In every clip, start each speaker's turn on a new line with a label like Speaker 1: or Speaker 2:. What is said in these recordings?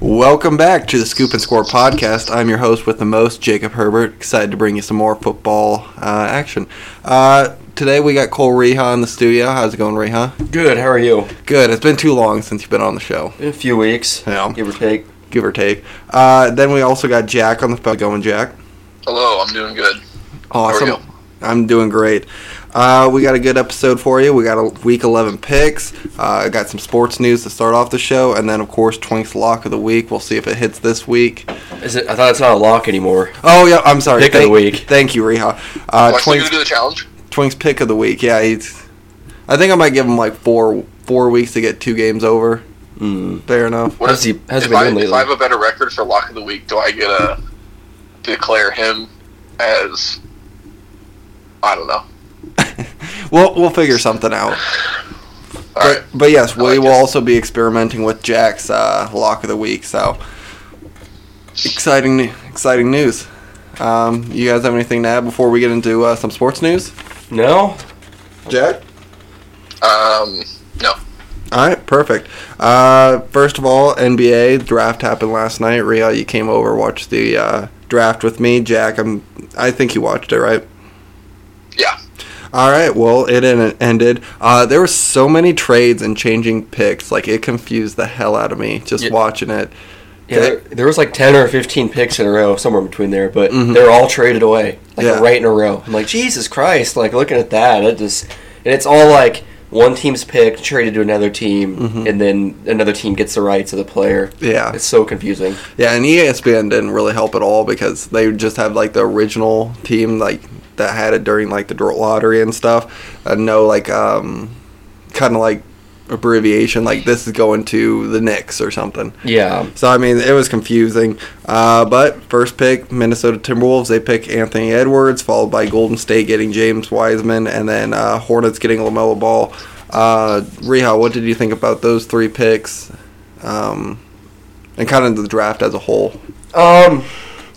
Speaker 1: Welcome back to the Scoop and Score podcast. I'm your host with the most, Jacob Herbert. Excited to bring you some more football uh, action. Uh, today we got Cole Reha in the studio. How's it going, Reha?
Speaker 2: Good. How are you?
Speaker 1: Good. It's been too long since you've been on the show,
Speaker 2: Been a few weeks,
Speaker 1: Yeah.
Speaker 2: give or take.
Speaker 1: give or take. Uh, then we also got Jack on the phone. Going, Jack.
Speaker 3: Hello, I'm doing good. How are
Speaker 1: Awesome. I'm doing great. Uh, we got a good episode for you. We got a week 11 picks. Uh, got some sports news to start off the show, and then of course Twink's lock of the week. We'll see if it hits this week.
Speaker 2: Is it? I thought it's not a lock anymore.
Speaker 1: Oh yeah, I'm sorry.
Speaker 2: Pick of the
Speaker 1: Thank-
Speaker 2: week.
Speaker 1: Thank you, Reha. Uh,
Speaker 3: Am I still
Speaker 1: Twink's
Speaker 3: gonna do the challenge?
Speaker 1: Twink's pick of the week. Yeah, he's. I think I might give him like four four weeks to get two games over.
Speaker 2: Mm.
Speaker 1: Fair enough.
Speaker 3: What
Speaker 2: How's
Speaker 3: if-
Speaker 2: he- how's he
Speaker 3: if
Speaker 2: been
Speaker 3: I,
Speaker 2: doing
Speaker 3: If
Speaker 2: lately?
Speaker 3: I have a better record for lock of the week, do I get to declare him as I don't know?
Speaker 1: We'll we'll figure something out.
Speaker 3: All
Speaker 1: but,
Speaker 3: right,
Speaker 1: but yes,
Speaker 3: I
Speaker 1: we
Speaker 3: like
Speaker 1: will
Speaker 3: this.
Speaker 1: also be experimenting with Jack's uh, lock of the week. So exciting, exciting news. Um, you guys have anything to add before we get into uh, some sports news?
Speaker 2: No.
Speaker 1: Jack.
Speaker 3: um, no.
Speaker 1: All right, perfect. Uh, first of all, NBA draft happened last night. Ria, you came over, watched the uh, draft with me. Jack, I'm, I think you watched it, right?
Speaker 3: Yeah.
Speaker 1: All right. Well, it en- ended. Uh, there were so many trades and changing picks. Like it confused the hell out of me just
Speaker 2: Yeah.
Speaker 1: watching it.
Speaker 2: Yeah, there, there was like ten or fifteen picks in a row, somewhere between there, but
Speaker 1: Mhm.
Speaker 2: they're all traded away, like
Speaker 1: Yeah.
Speaker 2: right in a row. I'm like, Jesus Christ! Like looking at that, it just, and it's all like one team's pick traded to another team,
Speaker 1: Mhm.
Speaker 2: and then another team gets the rights of the player.
Speaker 1: Yeah.
Speaker 2: It's so confusing.
Speaker 1: Yeah, and E ESPN didn't really help at all because they just have like the original team like that had it during like the dr- lottery and stuff. And no like um kind of like abbreviation like this is going to the Knicks or something.
Speaker 2: Yeah.
Speaker 1: So I mean it was confusing. Uh, but first pick Minnesota Timberwolves they pick Anthony Edwards followed by Golden State getting James Wiseman and then uh, Hornets getting Lamelo Ball. Uh, Reha, what did you think about those three picks? Um, and kind of the draft as a whole.
Speaker 2: Um,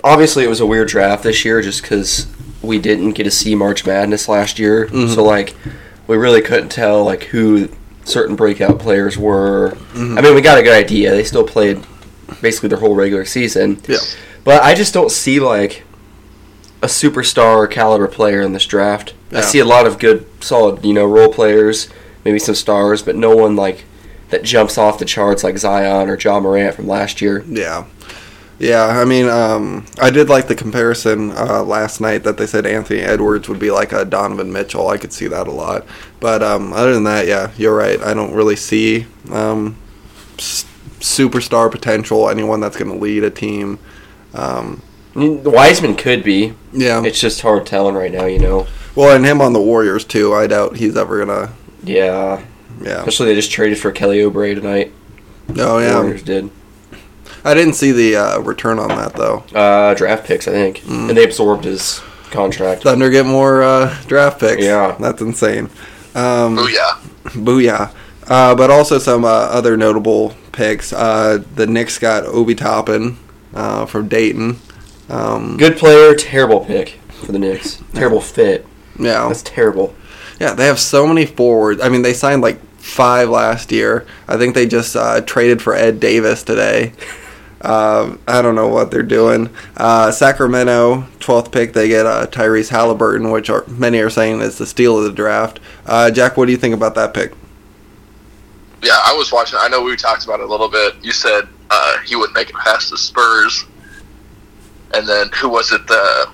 Speaker 2: obviously it was a weird draft this year just because we didn't get to see March Madness last year,
Speaker 1: Mhm.
Speaker 2: so like we really couldn't tell like who certain breakout players were.
Speaker 1: Mm-hmm.
Speaker 2: I mean, we got a good idea. They still played basically their whole regular season.
Speaker 1: Yeah.
Speaker 2: But I just don't see like a superstar caliber player in this draft.
Speaker 1: Yeah.
Speaker 2: I see a lot of good, solid, you know, role players, maybe some stars, but no one like that jumps off the charts like Zion or John Morant from last year.
Speaker 1: Yeah. Yeah, I mean, um, I did like the comparison uh, last night that they said Anthony Edwards would be like a Donovan Mitchell. I could see that a lot. But um, other than that, yeah, you're right. I don't really see um, s- superstar potential, anyone that's going to lead a team. Um,
Speaker 2: Wiseman could be,
Speaker 1: yeah.
Speaker 2: It's just hard telling right now, you know.
Speaker 1: Well, and him on the Warriors, too. I doubt he's ever going to.
Speaker 2: Yeah,
Speaker 1: Yeah.
Speaker 2: especially they just traded for Kelly Oubre tonight.
Speaker 1: Oh,
Speaker 2: The
Speaker 1: yeah.
Speaker 2: Warriors did
Speaker 1: I didn't see the uh, return on that, though.
Speaker 2: uh, draft picks, I think,
Speaker 1: Mm.
Speaker 2: and they absorbed his contract.
Speaker 1: Thunder get more uh, draft picks.
Speaker 2: Yeah.
Speaker 1: That's insane. Um,
Speaker 2: Mm-hmm.
Speaker 3: Oh yeah.
Speaker 1: Booyah. Uh, but also some uh, other notable picks. Uh, the Knicks got Obi Toppin uh, from Dayton. Um,
Speaker 2: Good player, terrible pick for the Knicks. Terrible fit.
Speaker 1: yeah,
Speaker 2: That's terrible.
Speaker 1: yeah, they have so many forwards. I mean, they signed like five last year. I think they just uh, traded for Ed Davis today. Um, I don't know what they're doing. Uh, Sacramento, 12th pick, they get uh, Tyrese Halliburton, which are, many are saying is the steal of the draft. Uh, Jack, what do you think about that pick?
Speaker 3: Yeah, I was watching. I know we talked about it a little bit. You said uh, he wouldn't make it past the Spurs, and then who was it? The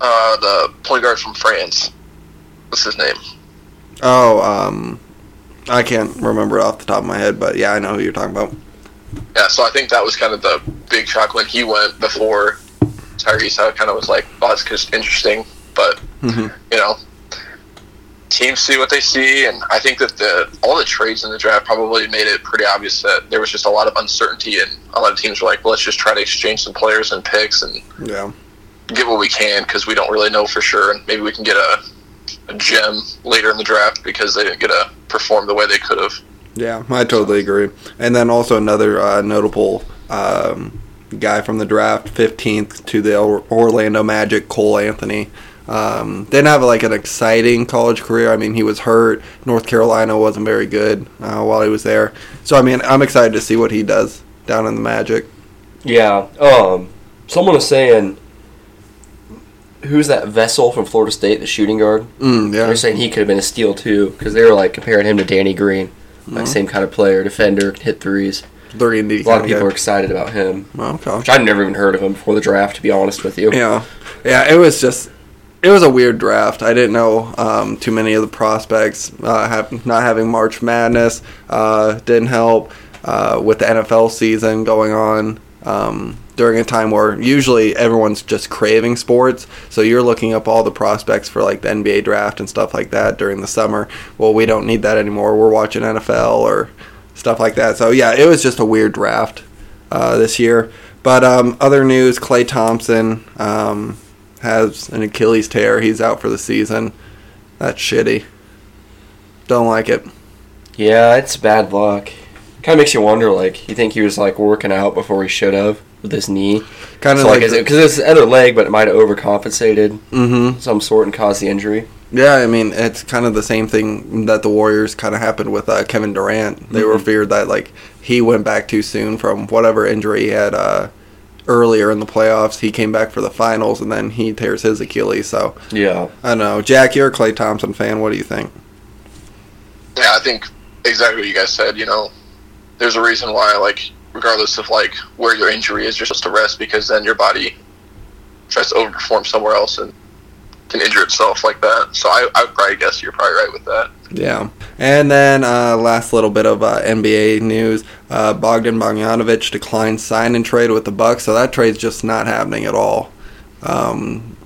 Speaker 3: uh, the point guard from France. What's his name?
Speaker 1: Oh, um, I can't remember it off the top of my head, but yeah, I know who you're talking about.
Speaker 3: Yeah, so I think that was kind of the big shock when he went before Tyrese. I kind of was like, oh, that's just interesting. But,
Speaker 1: Mhm.
Speaker 3: you know, teams see what they see. And I think that the all the trades in the draft probably made it pretty obvious that there was just a lot of uncertainty. And a lot of teams were like, well, let's just try to exchange some players and picks and
Speaker 1: Yeah,
Speaker 3: get what we can because we don't really know for sure. And maybe we can get a, a gem later in the draft because they didn't get to perform the way they could have.
Speaker 1: yeah, I totally agree. And then also another uh, notable um, guy from the draft, 15th to the Or- Orlando Magic, Cole Anthony. Um, didn't have like an exciting college career. I mean, he was hurt. North Carolina wasn't very good uh, while he was there. So I mean, I'm excited to see what he does down in the Magic.
Speaker 2: Yeah. Um, someone was saying, who's that Vessel from Florida State, the shooting guard?
Speaker 1: Mm, yeah.
Speaker 2: They're saying he could have been a steal too, because they were like comparing him to Danny Green, like
Speaker 1: Mm-hmm.
Speaker 2: same kind of player, defender, can hit threes.
Speaker 1: They're in
Speaker 2: A lot of people are excited about him,
Speaker 1: Okay.
Speaker 2: which I'd never even heard of him before the draft. To be honest with you,
Speaker 1: Yeah, yeah. It was just, it was a weird draft. I didn't know um, too many of the prospects. Uh, have, not having March Madness uh, didn't help uh, with the NFL season going on um, during a time where usually everyone's just craving sports. So you're looking up all the prospects for like the NBA draft and stuff like that during the summer. Well, we don't need that anymore. We're watching NFL or stuff like that. So yeah, it was just a weird draft uh, this year. But um, other news: Clay Thompson um, has an Achilles tear. He's out for the season. That's shitty. Don't like it.
Speaker 2: yeah, it's bad luck. Kind of makes you wonder, like you think he was like working out before he should have with his knee,
Speaker 1: Kind of
Speaker 2: so, like
Speaker 1: like,
Speaker 2: because it's his other leg, but it might have overcompensated
Speaker 1: mm-hmm.
Speaker 2: some sort and caused the injury.
Speaker 1: Yeah, I mean it's kind of the same thing that the Warriors kind of happened with uh, Kevin Durant. They were
Speaker 2: Mhm.
Speaker 1: feared that like he went back too soon from whatever injury he had uh, earlier in the playoffs. He came back for the finals and then he tears his Achilles. So
Speaker 2: Yeah,
Speaker 1: I don't know. Jack, you're a Clay Thompson fan. What do you think?
Speaker 3: Yeah, I think exactly what you guys said. You know, there's a reason why, like, regardless of like where your injury is, you're supposed to rest because then your body tries to overperform somewhere else and can injure itself like that. So I, I would probably guess you're probably right with that.
Speaker 1: Yeah. And then uh, last little bit of uh, NBA news. Uh, Bogdan Bogdanovic declined sign and trade with the Bucks, so that trade's just not happening at all. Um,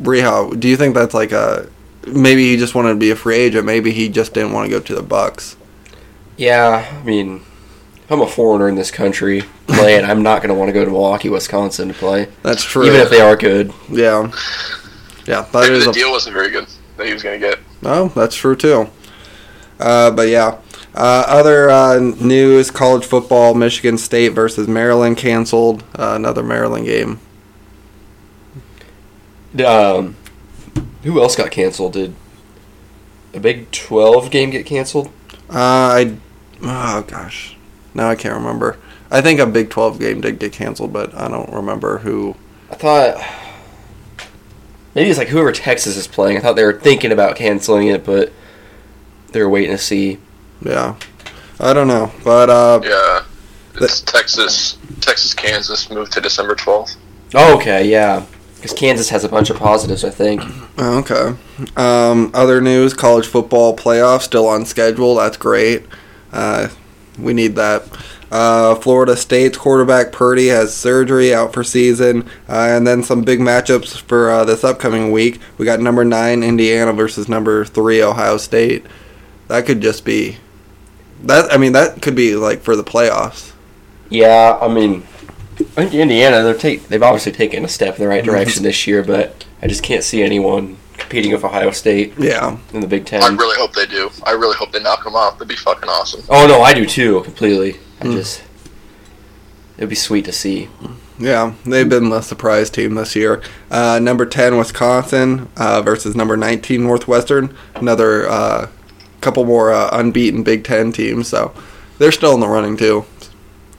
Speaker 1: Riho, do you think that's like a maybe he just wanted to be a free agent? Maybe he just didn't want to go to the Bucks.
Speaker 2: yeah. I mean, if I'm a foreigner in this country playing, I'm not going to want to go to Milwaukee, Wisconsin to play,
Speaker 1: That's true.
Speaker 2: even if they are good.
Speaker 1: yeah, yeah, that
Speaker 3: Maybe
Speaker 1: is
Speaker 3: the
Speaker 1: a
Speaker 3: deal wasn't very good that he was going to get.
Speaker 1: Oh, that's true too. Uh, but yeah. Uh, other uh, news college football, Michigan State versus Maryland canceled. Uh, another Maryland game.
Speaker 2: Um, who else got canceled? Did a Big Twelve game get canceled?
Speaker 1: Uh, I. Oh, gosh. Now I can't remember. I think a Big 12 game did get canceled, but I don't remember who.
Speaker 2: I thought maybe it's like whoever Texas is playing. I thought they were thinking about canceling it, but they're waiting to see.
Speaker 1: Yeah. I don't know. But uh,
Speaker 3: Yeah, it's Texas, Texas, Kansas moved to December 12th.
Speaker 2: Oh, okay, yeah, because Kansas has a bunch of positives. I think.
Speaker 1: Oh, Okay. Um, other news: college football playoff still on schedule. That's great. Uh, we need that. Uh, Florida State's quarterback Purdy has surgery out for season, uh, and then some big matchups for uh, this upcoming week. We got number nine Indiana versus number three Ohio State. That could just be that. I mean, that could be like for the playoffs.
Speaker 2: Yeah, I mean, I think Indiana they're take they've obviously taken a step in the right direction this year, but I just can't see anyone competing with Ohio State
Speaker 1: Yeah.
Speaker 2: in the Big
Speaker 3: I
Speaker 2: Ten.
Speaker 3: really hope they do. I really hope they knock him off. That'd be fucking awesome.
Speaker 2: Oh no, I do too, completely. I just it'd be sweet to see.
Speaker 1: Yeah, they've been the surprise team this year. Uh, number 10, Wisconsin uh, versus number 19, Northwestern. Another uh, couple more uh, unbeaten Big Ten teams, so they're still in the running, too.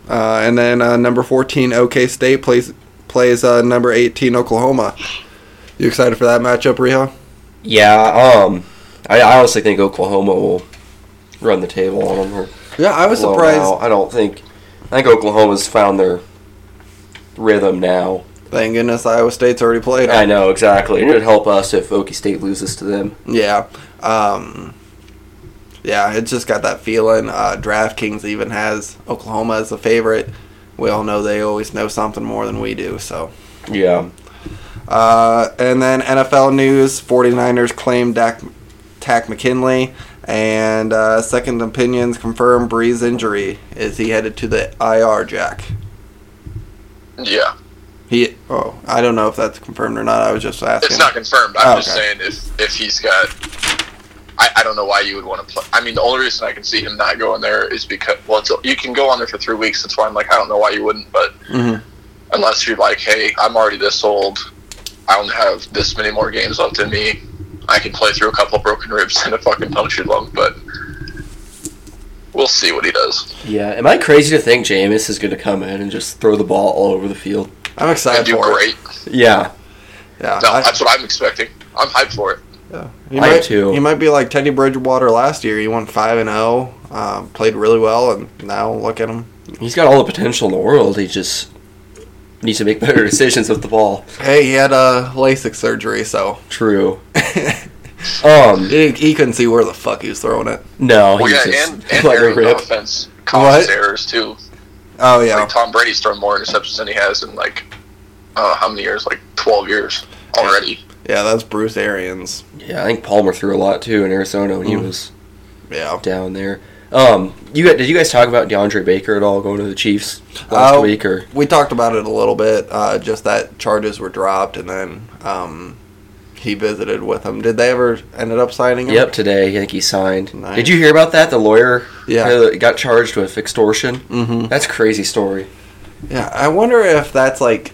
Speaker 1: Uh, and then uh, number 14, OK State plays plays uh, number 18, Oklahoma. You excited for that matchup, Riho?
Speaker 2: Yeah, um, I, I honestly think Oklahoma will run the table on them. Or
Speaker 1: Yeah, I was
Speaker 2: blow 'em
Speaker 1: surprised.
Speaker 2: out. I don't think I think Oklahoma's found their rhythm now.
Speaker 1: Thank goodness Iowa State's already played.
Speaker 2: I know exactly. It would help us if Okie State loses to them.
Speaker 1: Yeah. Um, yeah, it's just got that feeling. Uh, DraftKings even has Oklahoma as a favorite. We all know they always know something more than we do, so.
Speaker 2: Yeah.
Speaker 1: Uh, and then NFL news 49ers claim Dak, Tack McKinley, and uh, second opinions confirm Breeze injury. Is he headed to the IR, Jack?
Speaker 3: Yeah,
Speaker 1: He. Oh, I don't know if that's confirmed or not. I was just asking.
Speaker 3: it's not confirmed. I'm
Speaker 1: Oh,
Speaker 3: just
Speaker 1: okay.
Speaker 3: saying if if he's got. I, I don't know why you would want to play. I mean, the only reason I can see him not going there is because well, it's, you can go on there for three weeks. That's why I'm like, I don't know why you wouldn't. But
Speaker 1: Mhm.
Speaker 3: unless you're like, hey, I'm already this old, I only have this many more games left in me. I can play through a couple broken ribs and a fucking punctured lung, but we'll see what he does.
Speaker 2: Yeah. Am I crazy to think Jameis is going to come in and just throw the ball all over the field?
Speaker 1: I'm
Speaker 3: I
Speaker 1: excited
Speaker 3: do
Speaker 1: for it.
Speaker 3: great.
Speaker 2: Yeah.
Speaker 1: Yeah,
Speaker 3: No,
Speaker 1: I-
Speaker 3: that's what I'm expecting. I'm hyped for it.
Speaker 1: yeah. He
Speaker 2: I
Speaker 1: might,
Speaker 2: too.
Speaker 1: He might be like Teddy Bridgewater last year. He won five and zero, um, played really well, and now look at him.
Speaker 2: He's got all the potential in the world. He just needs to make better decisions with the ball.
Speaker 1: Hey, he had a uh, LASIK surgery, so
Speaker 2: True. Um.
Speaker 1: he, he couldn't see where the fuck he was throwing it.
Speaker 2: No.
Speaker 3: Well,
Speaker 2: He's
Speaker 3: yeah,
Speaker 2: just
Speaker 3: and, and
Speaker 2: let it
Speaker 3: errors on
Speaker 2: rip.
Speaker 3: offense. Collins
Speaker 1: What?
Speaker 3: errors, too.
Speaker 1: Oh yeah,
Speaker 3: Like, Tom Brady's thrown more interceptions than he has in, like, uh, how many years? Like, 12 years already.
Speaker 1: yeah, that's Bruce Arians.
Speaker 2: Yeah, I think Palmer threw a lot too in Arizona when he
Speaker 1: Mhm.
Speaker 2: was
Speaker 1: Yeah,
Speaker 2: down there. Um, you got, did you guys talk about DeAndre Baker at all going to the Chiefs last
Speaker 1: Oh.
Speaker 2: week or
Speaker 1: we talked about it a little bit. Uh, just that charges were dropped, and then um, he visited with him. Did they ever ended up signing him?
Speaker 2: Yep, today I think he signed.
Speaker 1: Nice.
Speaker 2: Did you hear about that? The lawyer
Speaker 1: Yeah.
Speaker 2: uh, got charged with extortion.
Speaker 1: hmm
Speaker 2: That's a crazy story.
Speaker 1: Yeah, I wonder if that's like,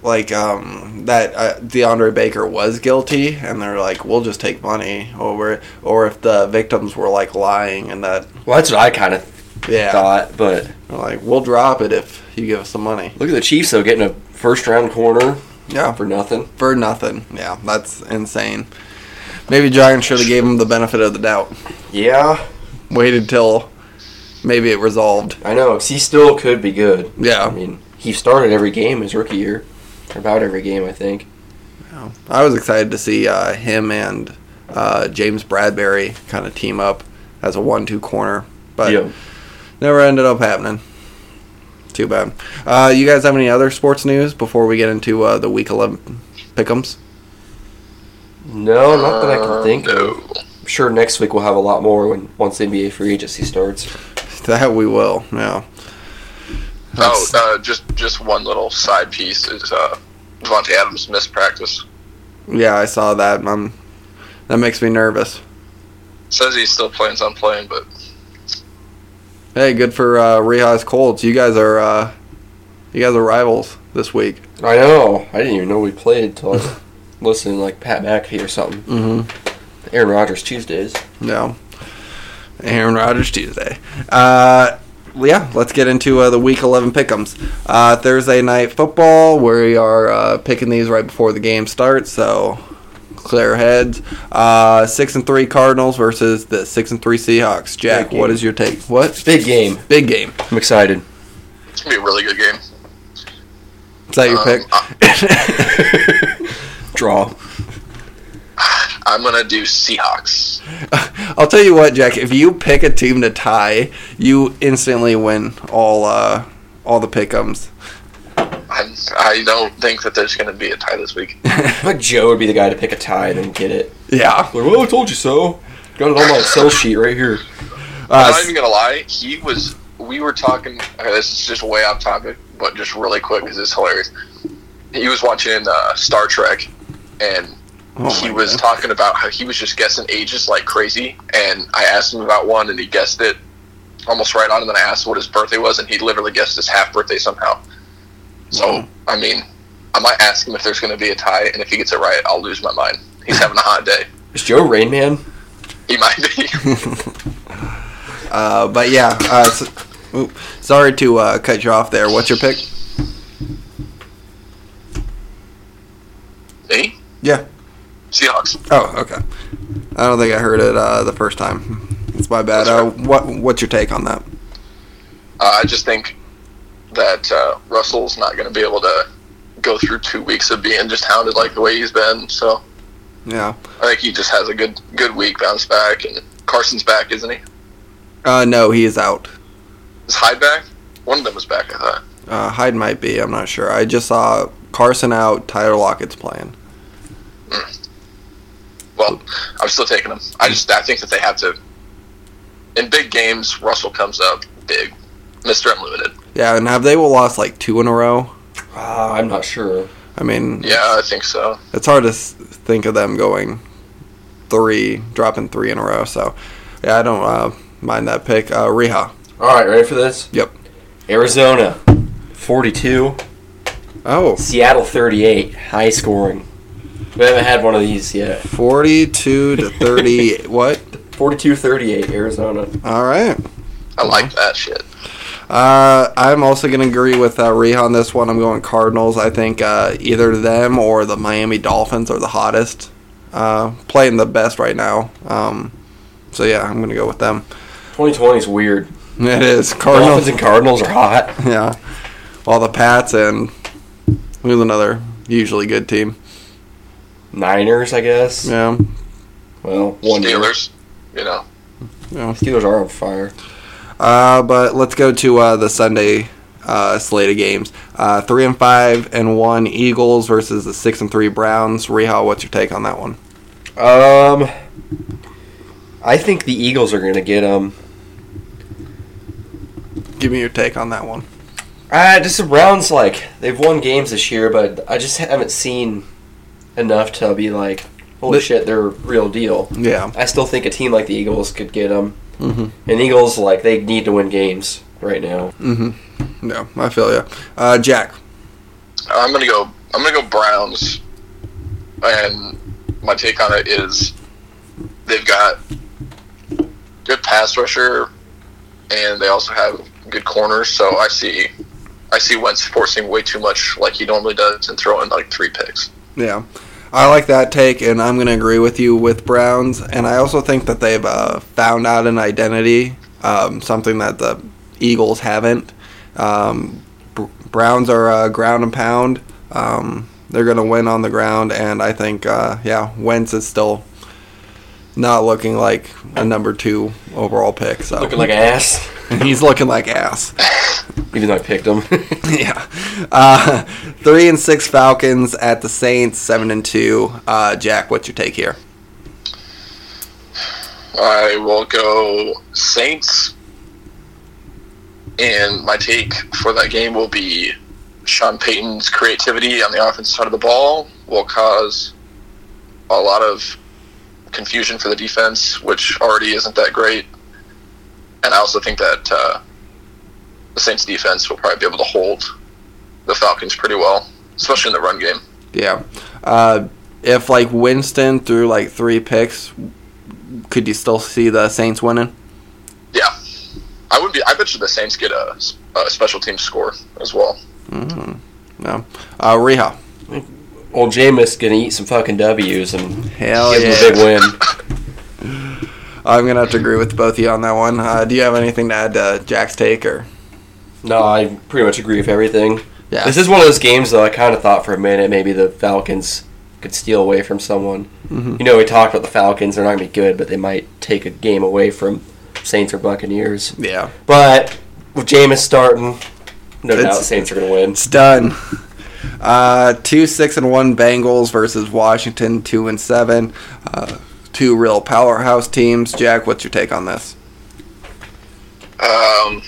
Speaker 1: like um that uh, DeAndre Baker was guilty, and they're like, we'll just take money over, or if the victims were like lying, and that
Speaker 2: Well, that's what I kind of
Speaker 1: yeah,
Speaker 2: thought. But
Speaker 1: they're like we'll drop it if you give us some money.
Speaker 2: look at the Chiefs though getting a first round corner
Speaker 1: Yeah,
Speaker 2: for nothing.
Speaker 1: for nothing. Yeah, that's insane. Maybe Giants should have gave him the benefit of the doubt.
Speaker 2: Yeah,
Speaker 1: Waited till maybe it resolved.
Speaker 2: I know. 'cause he still could be good. I
Speaker 1: Yeah,
Speaker 2: mean, he started every game his rookie year, about every game I think.
Speaker 1: I was excited to see uh, him and uh, James Bradbury kind of team up as a one-two corner, but
Speaker 2: Yeah.
Speaker 1: never ended up happening. Too bad. Uh, you guys have any other sports news before we get into uh, the Week 11 pick'ems?
Speaker 2: No, Oh, not that I can think
Speaker 3: Uh,
Speaker 2: of.
Speaker 3: no.
Speaker 2: I'm sure next week we'll have a lot more when once the NBA free agency starts.
Speaker 1: That we will. Yeah.
Speaker 3: Oh,
Speaker 1: That's-
Speaker 3: uh, just just one little side piece is uh, Devontae Adams missed practice.
Speaker 1: yeah, I saw that. Um, that makes me nervous.
Speaker 3: Says he still plans on playing, but
Speaker 1: Hey, good for uh, Reha's Colts. You guys are uh, you guys are rivals this week.
Speaker 2: I know. I didn't even know we played until I was listening to, like Pat McAfee or something.
Speaker 1: Mm-hmm.
Speaker 2: Aaron Rodgers Tuesdays.
Speaker 1: No. Aaron Rodgers Tuesday. Uh, well, yeah, let's get into uh, the Week 11 pick'ems. Uh, Thursday night football. We are uh, picking these right before the game starts, so clear heads. Uh, six and three Cardinals versus the six and three Seahawks. Jack,
Speaker 2: Big
Speaker 1: what
Speaker 2: game.
Speaker 1: is your take? What
Speaker 2: Big game.
Speaker 1: big game?
Speaker 2: I'm excited.
Speaker 3: it's gonna be a really good game.
Speaker 1: Is that
Speaker 2: Uh,
Speaker 1: your
Speaker 3: Um,
Speaker 1: pick?
Speaker 3: I-
Speaker 2: Draw.
Speaker 3: I'm gonna do Seahawks.
Speaker 2: uh,
Speaker 1: I'll tell you what, Jack. If you pick a team to tie, you instantly win all uh, all the pick'ems.
Speaker 3: I'm, I don't think that there's gonna be a tie this week.
Speaker 2: I think Joe would be the guy to pick a tie and then get it.
Speaker 1: Yeah.
Speaker 2: Like, well, I told you so. Got it on my Excel sheet right here.
Speaker 1: Uh,
Speaker 3: I'm not even gonna lie. He was. We were talking. Okay, this is just way off topic, but just really quick because it's hilarious. He was watching uh, Star Trek, and
Speaker 1: oh
Speaker 3: he
Speaker 1: my
Speaker 3: was
Speaker 1: God.
Speaker 3: talking about how he was just guessing ages like crazy, and I asked him about one, and he guessed it almost right on, and then I asked what his birthday was, and he literally guessed his half birthday somehow. So, I mean, I might ask him if there's going to be a tie, and if he gets it right, I'll lose my mind. He's having a hot day.
Speaker 2: Is Joe Rain Man?
Speaker 3: He might be.
Speaker 1: Uh, but yeah, uh, s oop, sorry to uh, cut you off there. What's your pick?
Speaker 3: Me?
Speaker 1: Yeah.
Speaker 3: Seahawks.
Speaker 1: Oh, okay. I don't think I heard it uh, the first time. It's my bad. Uh, what What's your take on that?
Speaker 3: Uh, I just think that uh, Russell's not going to be able to go through two weeks of being just hounded like the way he's been. So
Speaker 1: Yeah.
Speaker 3: I think he just has a good good week, bounce back, and Carson's back, isn't he?
Speaker 1: Uh, no, he is out.
Speaker 3: Is Hyde back? One of them was back, I thought.
Speaker 1: Uh, Hyde might be. I'm not sure. I just saw Carson out. Tyler Lockett's playing.
Speaker 3: Well, I'm still taking them. I just I think that they have to. In big games, Russell comes up big, Mister Unlimited.
Speaker 1: Yeah, and have they lost like two in a row?
Speaker 2: Ah, I'm not sure.
Speaker 1: I mean,
Speaker 3: Yeah, I think so.
Speaker 1: it's hard to s- think of them going three, dropping three in a row. So, yeah, I don't uh, mind that pick. Uh, Reha.
Speaker 2: All right, ready for this?
Speaker 1: Yep.
Speaker 2: Arizona, 42.
Speaker 1: Oh,
Speaker 2: Seattle 38, high scoring. We haven't had one of these yet.
Speaker 1: 42 to 30. what?
Speaker 2: 42 38, Arizona.
Speaker 1: All right.
Speaker 3: I
Speaker 2: Uh-huh.
Speaker 3: like that shit.
Speaker 1: Uh, I'm also going to agree with uh, Reha on this one. I'm going Cardinals. I think uh, either them or the Miami Dolphins are the hottest, uh, playing the best right now. Um, so yeah, I'm going to go with them.
Speaker 2: 2020 is weird.
Speaker 1: It is
Speaker 2: Dolphins
Speaker 1: Cardinals.
Speaker 2: and Cardinals are hot.
Speaker 1: yeah. While the Pats and who's another usually good team.
Speaker 2: Niners, I guess.
Speaker 1: Yeah.
Speaker 2: Well, one year.
Speaker 3: Steelers, you know.
Speaker 1: yeah.
Speaker 2: Steelers are on fire.
Speaker 1: Uh, but let's go to uh, the Sunday uh, slate of games. Uh, three and five and one Eagles versus the six and three Browns. Reha, what's your take on that one?
Speaker 2: Um, I think the Eagles are going to get them.
Speaker 1: Give me your take on that one.
Speaker 2: Ah, just the Browns, like, they've won games this year, but I just haven't seen enough to be like, holy
Speaker 1: But-
Speaker 2: shit, they're real deal.
Speaker 1: Yeah.
Speaker 2: I still think a team like the Eagles could get them.
Speaker 1: Mm-hmm.
Speaker 2: And Eagles, like, they need to win games right now.
Speaker 1: Mm-hmm. No, I feel you. Uh, Jack.
Speaker 3: I'm gonna go. I'm gonna go Browns, and my take on it is they've got good pass rusher, and they also have good corners. So I see, I see Wentz forcing way too much like he normally does and throwing like three picks.
Speaker 1: Yeah. I like that take, and I'm going to agree with you with Browns. And I also think that they've uh, found out an identity, um, something that the Eagles haven't. Um, Br- Browns are uh, ground and pound. Um, they're going to win on the ground, and I think, uh, yeah, Wentz is still not looking like a number two overall pick. So
Speaker 2: Looking like ass.
Speaker 1: he's looking like ass.
Speaker 2: Even though I picked them.
Speaker 1: yeah. Uh, three and six Falcons at the Saints, seven and two. Uh, Jack, what's your take here?
Speaker 3: I will go Saints, and my take for that game will be Sean Payton's creativity on the offensive side of the ball will cause a lot of confusion for the defense, which already isn't that great. And I also think that uh, the Saints' defense will probably be able to hold the Falcons pretty well, especially in the run game.
Speaker 1: Yeah. Uh, if like Winston threw like three picks, could you still see the Saints winning?
Speaker 3: Yeah, I would be. I bet you the Saints get a, a special team score as well.
Speaker 1: No. Uh, Reha.
Speaker 2: Old Jameis going to eat some fucking W's and
Speaker 1: Hell
Speaker 2: give him a big
Speaker 1: Oh, yeah.
Speaker 2: win.
Speaker 1: I'm gonna have to agree with both of you on that one. Uh, do you have anything to add to Jack's take or?
Speaker 2: No, I pretty much agree with everything.
Speaker 1: Yeah.
Speaker 2: This is one of those games, though. I kind of thought for a minute maybe the Falcons could steal away from someone.
Speaker 1: Mm-hmm.
Speaker 2: You know, we talked about the Falcons; they're not gonna be good, but they might take a game away from Saints or Buccaneers.
Speaker 1: yeah.
Speaker 2: But with Jameis starting, no
Speaker 1: It's-
Speaker 2: doubt Saints are gonna win.
Speaker 1: It's done. Uh, two six and one Bengals versus Washington two and seven. Uh, two real powerhouse teams. Jack, what's your take on this?
Speaker 3: Um,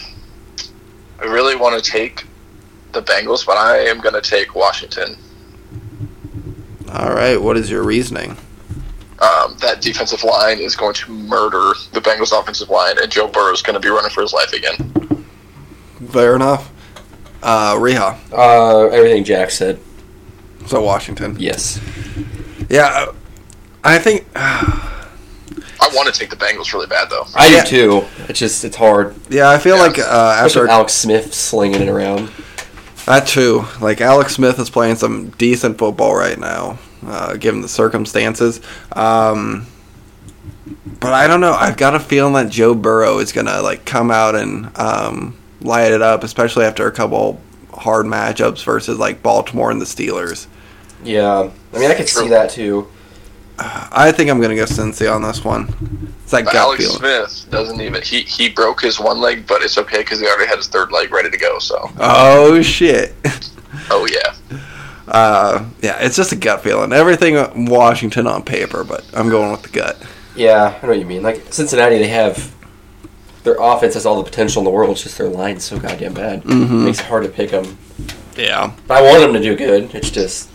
Speaker 3: I really want to take the Bengals, but I am going to take Washington.
Speaker 1: All right, what is your reasoning?
Speaker 3: Um, that defensive line is going to murder the Bengals' offensive line, and Joe Burrow is going to be running for his life again.
Speaker 1: Fair enough. Uh, Reha,
Speaker 2: Uh, everything Jack said.
Speaker 1: so Washington.
Speaker 2: Yes.
Speaker 1: Yeah, I I think
Speaker 3: I want to take the Bengals really bad, though.
Speaker 2: I
Speaker 1: Yeah.
Speaker 2: do too. It's just it's hard.
Speaker 1: yeah, I feel
Speaker 3: Yeah.
Speaker 1: like uh,
Speaker 2: Especially
Speaker 1: after
Speaker 2: with Alex Smith slinging it around.
Speaker 1: that too, like Alex Smith is playing some decent football right now, uh, given the circumstances. Um, but I don't know. I've got a feeling that Joe Burrow is gonna like come out and um, light it up, especially after a couple hard matchups versus like Baltimore and the Steelers.
Speaker 2: Yeah. I mean, I could see that too.
Speaker 1: I think I'm gonna go Cincy on this one. It's that
Speaker 3: But
Speaker 1: gut
Speaker 3: Alex
Speaker 1: feeling.
Speaker 3: Smith doesn't even. He, he broke his one leg, but it's okay because he already had his third leg ready to go. So,
Speaker 1: Oh shit.
Speaker 3: oh, yeah.
Speaker 1: Uh, yeah, it's just a gut feeling. Everything Washington on paper, but I'm going with the gut.
Speaker 2: Yeah, I know what you mean. Like Cincinnati, they have their offense has all the potential in the world. It's just their line's so goddamn bad.
Speaker 1: Mhm.
Speaker 2: It makes it hard to pick them.
Speaker 1: Yeah,
Speaker 2: I want them to do good. It's just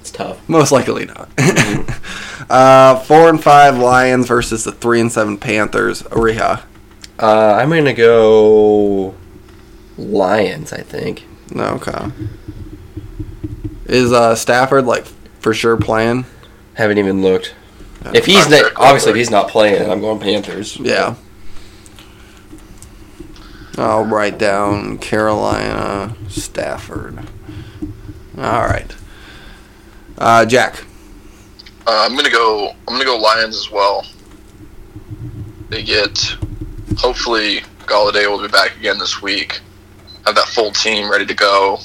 Speaker 2: it's tough.
Speaker 1: most likely not. uh, four and five Lions versus the three and seven Panthers. Ariha.
Speaker 2: Uh, I'm gonna go Lions. I think.
Speaker 1: No, okay. Is uh, Stafford like for sure playing?
Speaker 2: Haven't even looked. If he's
Speaker 3: Not
Speaker 2: not,
Speaker 3: sure.
Speaker 2: obviously if he's not playing, I'm going Panthers.
Speaker 1: Yeah. I'll write down Carolina Stafford. All right. Uh, Jack.
Speaker 3: Uh, I'm gonna go. I'm gonna go Lions as well. They get. Hopefully, Galladay will be back again this week. Have that full team ready to go.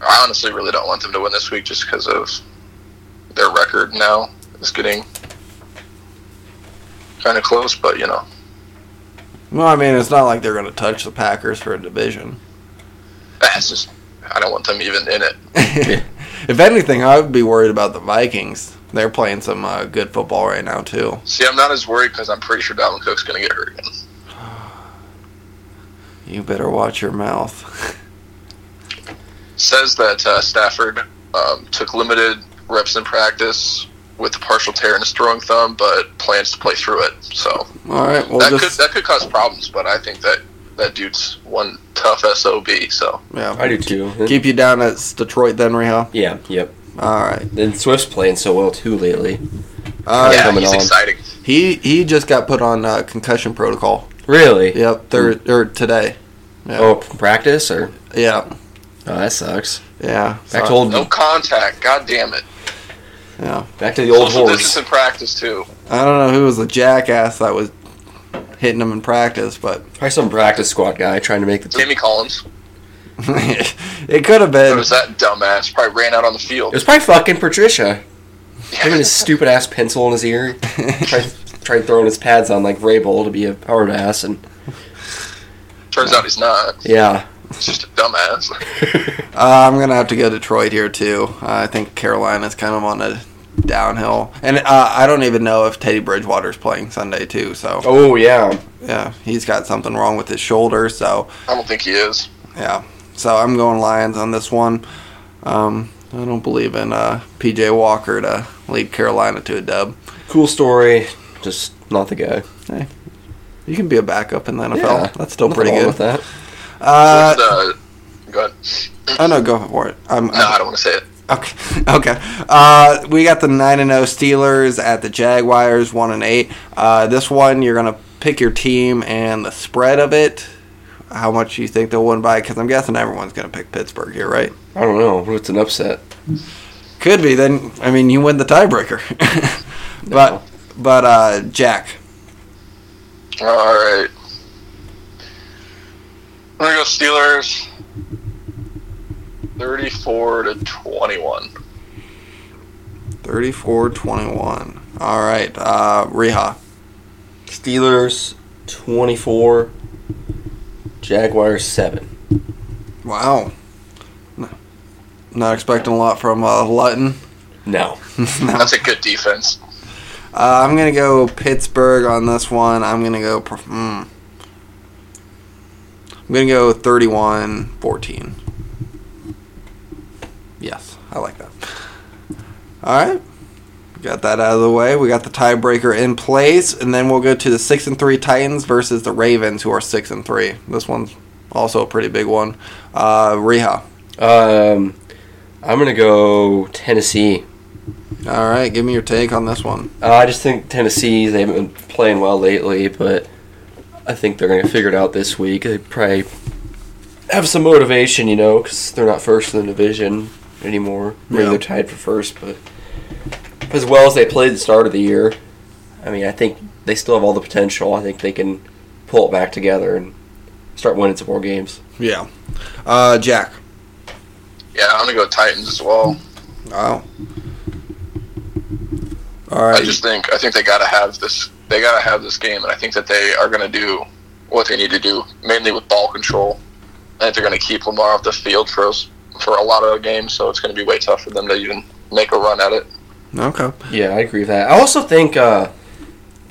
Speaker 3: I honestly really don't want them to win this week just because of their record now is getting kind of close, but you know,
Speaker 1: Well, I mean, it's not like they're going to touch the Packers for a division.
Speaker 3: that's just I don't want them even in it.
Speaker 1: if anything, I would be worried about the Vikings. They're playing some uh, good football right now too.
Speaker 3: See, I'm not as worried because I'm pretty sure Dalvin Cook's gonna get hurt again.
Speaker 1: You better watch your mouth.
Speaker 3: says that uh, Stafford um, took limited reps in practice with a partial tear in his throwing thumb, but plans to play through it. So
Speaker 1: All right. Well,
Speaker 3: that
Speaker 1: just
Speaker 3: could that could cause problems, but I think that that dude's one tough sob. So
Speaker 1: yeah.
Speaker 2: I do too.
Speaker 1: Keep you down at Detroit then, Reha.
Speaker 2: Yeah, yep.
Speaker 1: All right.
Speaker 2: And Swift's playing so well too lately.
Speaker 1: Uh,
Speaker 3: yeah,
Speaker 2: coming
Speaker 3: he's
Speaker 2: on.
Speaker 3: exciting.
Speaker 1: He he just got put on uh, concussion protocol.
Speaker 2: Really?
Speaker 1: Yep. Thir-
Speaker 2: Hmm.
Speaker 1: or today. Yeah.
Speaker 2: Oh, p- practice or?
Speaker 1: Yeah.
Speaker 2: Oh, that sucks.
Speaker 1: Yeah.
Speaker 2: Back to
Speaker 1: So-
Speaker 2: old.
Speaker 3: No contact. God damn it.
Speaker 1: Yeah.
Speaker 2: Back to the old
Speaker 3: Social
Speaker 2: horse.
Speaker 3: distance in practice too.
Speaker 1: I don't know who was the jackass that was hitting him in practice, but
Speaker 2: Probably some practice squad guy trying to make the. It
Speaker 3: Jamie Collins.
Speaker 1: it could have
Speaker 3: It
Speaker 1: been.
Speaker 3: was that dumbass. Probably ran out on the field.
Speaker 2: was probably fucking Patricia. Him and
Speaker 3: Yeah.
Speaker 2: his stupid ass pencil in his ear. Tried, tried throwing his pads on like Rabel to be a powered ass, and
Speaker 3: Turns out he's not.
Speaker 2: yeah.
Speaker 3: He's just a dumbass.
Speaker 1: Uh, I'm gonna have to go Detroit here too. Uh, I think Carolina's kind of on a downhill, and uh, I don't even know if Teddy Bridgewater's playing Sunday too. So
Speaker 2: Oh yeah.
Speaker 1: yeah, he's got something wrong with his shoulder. So
Speaker 3: I don't think he is.
Speaker 1: yeah, so I'm going Lions on this one. Um, I don't believe in uh, PJ Walker to lead Carolina to a dub.
Speaker 2: Cool story. Just not the guy.
Speaker 1: You can be a backup in the NFL.
Speaker 2: Yeah.
Speaker 1: That's still
Speaker 2: Nothing
Speaker 1: pretty
Speaker 2: wrong
Speaker 1: good.
Speaker 2: With that.
Speaker 1: Uh,
Speaker 3: Uh, go ahead.
Speaker 1: oh no, go for it. I'm,
Speaker 3: No, I don't want to say it.
Speaker 1: Okay. Okay. Uh, we got the nine and zero Steelers at the Jaguars one and eight. Uh, this one you're gonna pick your team and the spread of it. How much you think they'll win by? Because I'm guessing everyone's gonna pick Pittsburgh here, right?
Speaker 2: I don't know. What if it's an upset?
Speaker 1: Could be. Then I mean, you win the tiebreaker. but but uh, Jack.
Speaker 3: All right. I'm gonna go Steelers. Thirty-four to twenty-one.
Speaker 1: 34-21. All right, uh, Reha.
Speaker 2: Steelers twenty four. Jaguars seven.
Speaker 1: Wow. No- Not expecting a lot from uh, Lutton.
Speaker 2: No.
Speaker 1: No.
Speaker 3: That's a good defense.
Speaker 1: Uh, I'm gonna go Pittsburgh on this one. I'm gonna go. per- Hmm. I'm gonna go 31-14. Yes, I like that. All right, got that out of the way. We got the tiebreaker in place, and then we'll go to the six and three Titans versus the Ravens, who are six and three. This one's also a pretty big one. Uh, Reha.
Speaker 2: Um, I'm gonna go Tennessee.
Speaker 1: All right, give me your take on this one.
Speaker 2: Uh, I just think Tennessee they haven't been playing well lately, but I think they're gonna figure it out this week. They probably have some motivation, you know, because they're not first in the division anymore. Maybe
Speaker 1: Yeah.
Speaker 2: they're tied for first, but as well as they played the start of the year, I mean, I think they still have all the potential. I think they can pull it back together and start winning some more games.
Speaker 1: Yeah. Uh, Jack.
Speaker 3: Yeah, I'm gonna go Titans as well.
Speaker 1: Wow. Oh. All right.
Speaker 3: I just think I think they gotta have this. They gotta have this game, and I think that they are gonna do what they need to do, mainly with ball control. I think they're gonna keep Lamar off the field for us for a lot of games, so it's gonna be way tough for them to even make a run at it.
Speaker 1: okay.
Speaker 2: Yeah, I agree with that. I also think uh,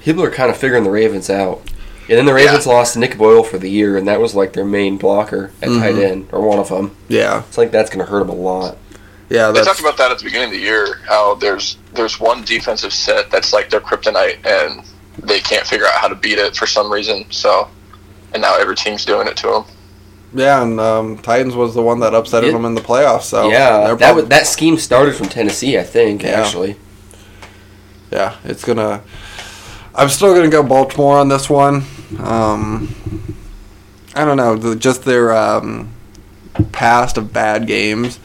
Speaker 2: people are kind of figuring the Ravens out. And then the Ravens lost to Nick Boyle for the year, and that was like their main blocker at
Speaker 1: Mm-hmm.
Speaker 2: tight end, or one of them.
Speaker 1: Yeah.
Speaker 2: It's like that's going to hurt them a lot.
Speaker 1: Yeah.
Speaker 3: They
Speaker 1: That's,
Speaker 3: talked about that at the beginning of the year. How there's there's one defensive set that's like their kryptonite, and they can't figure out how to beat it for some reason. So, and now every team's doing it to them.
Speaker 1: Yeah, and um, Titans was the one that upset
Speaker 2: Yeah.
Speaker 1: them in the playoffs. So
Speaker 2: yeah,
Speaker 1: they're
Speaker 2: that
Speaker 1: prob-
Speaker 2: was, that scheme started from Tennessee, I think.
Speaker 1: Yeah.
Speaker 2: Actually,
Speaker 1: yeah, it's gonna. I'm still gonna go Baltimore on this one. Um, I don't know, the, just their um, past of bad games.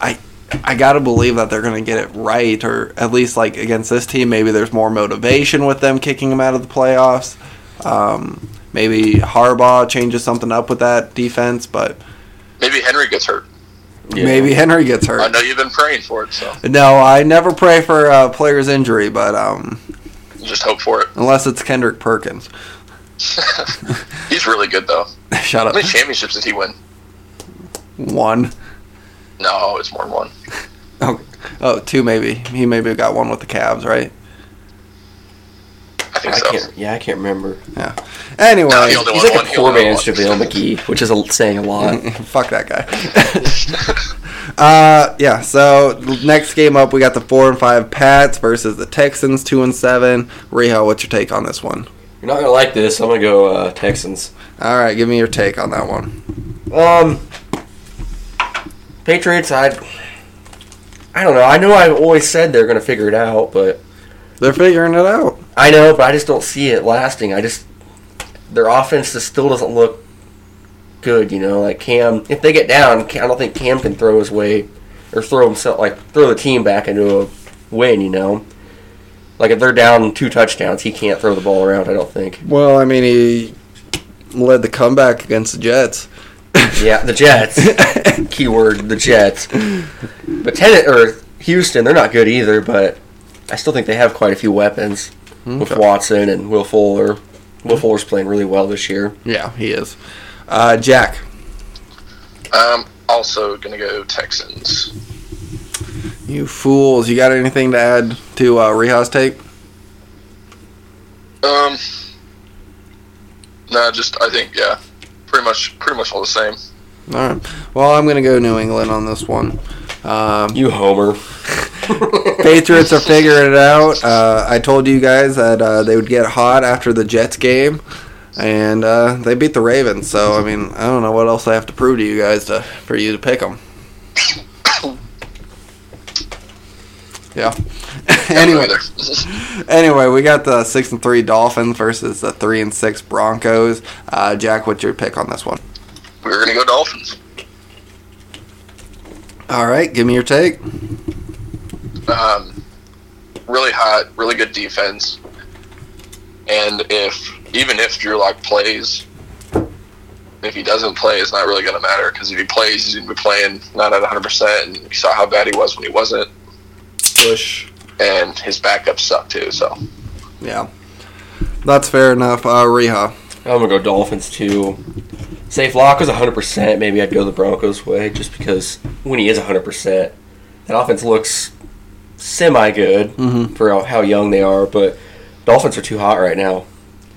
Speaker 1: I I gotta believe that they're gonna get it right, or at least like against this team, maybe there's more motivation with them kicking them out of the playoffs. Um, maybe Harbaugh changes something up with that defense, but
Speaker 3: Maybe Henry gets hurt.
Speaker 2: Yeah.
Speaker 1: maybe Henry gets
Speaker 3: I
Speaker 1: hurt.
Speaker 3: know you've been praying for it, so
Speaker 1: No, I never pray for a player's injury, but um,
Speaker 3: just hope for it.
Speaker 1: unless it's Kendrick Perkins.
Speaker 3: He's really good though.
Speaker 1: Shut
Speaker 3: How
Speaker 1: up.
Speaker 3: many championships did he win?
Speaker 1: One.
Speaker 3: No, it's more than one.
Speaker 1: Oh, oh, two maybe. He maybe got one with the Cavs, right?
Speaker 3: I think
Speaker 2: I
Speaker 3: so.
Speaker 2: can't. Yeah, I can't remember.
Speaker 1: Yeah. Anyway,
Speaker 3: No, he only
Speaker 2: He's
Speaker 3: won
Speaker 2: like
Speaker 3: one.
Speaker 2: a
Speaker 3: he
Speaker 2: poor
Speaker 3: only won
Speaker 2: man's
Speaker 3: one.
Speaker 2: JaVale McGee, which is a, saying a lot.
Speaker 1: fuck that guy. uh, yeah. So next game up, we got the four and five Pats versus the Texans, two and seven. Reho, what's your take on this one?
Speaker 2: You're not gonna like this. I'm gonna go uh, Texans.
Speaker 1: All right, give me your take on that one.
Speaker 2: Um, Patriots. I. I don't know. I know I've always said they're gonna figure it out, but
Speaker 1: They're figuring it out.
Speaker 2: I know, but I just don't see it lasting. I just their offense just still doesn't look good. You know, like Cam. If they get down, Cam- I don't think Cam can throw his way or throw himself like throw the team back into a win. You know, like if they're down two touchdowns, he can't throw the ball around. I don't think.
Speaker 1: Well, I mean, he led the comeback against the Jets.
Speaker 2: Yeah, the Jets. Keyword the Jets. But Tenet or Houston, they're not good either. But I still think they have quite a few weapons with
Speaker 1: Okay.
Speaker 2: Watson and Will Fuller. Will Fuller's playing really well this year.
Speaker 1: Yeah, he is. Uh, Jack.
Speaker 3: Um, also gonna go Texans.
Speaker 1: You fools! You got anything to add to uh, Reho's take?
Speaker 3: Um, no, just I think yeah, pretty much pretty much all the same.
Speaker 1: All right. Well, I'm gonna go New England on this one. Um,
Speaker 2: You homer.
Speaker 1: Patriots are figuring it out. Uh, I told you guys that uh, they would get hot after the Jets game, and uh, they beat the Ravens. So I mean, I don't know what else I have to prove to you guys to for you to pick them. Yeah. anyway, anyway, we got the six and three Dolphins versus the three and six Broncos. Uh, Jack, what's your pick on this one?
Speaker 3: we're gonna go Dolphins.
Speaker 1: All right, give me your take.
Speaker 3: Um, really hot, really good defense, and if even if Drew Lock plays, if he doesn't play, it's not really gonna matter because if he plays, he's gonna be playing not at 100. percent And we saw how bad he was when he wasn't,
Speaker 1: Bush.
Speaker 3: and his backup sucked too. So
Speaker 1: Yeah. That's fair enough. Uh, Reha.
Speaker 2: I'm gonna go Dolphins too. Safe lock was 100. percent Maybe I'd go the Broncos way just because when he is 100, percent that offense looks semi good
Speaker 1: Mm-hmm.
Speaker 2: for how- how young they are. But Dolphins are too hot right now.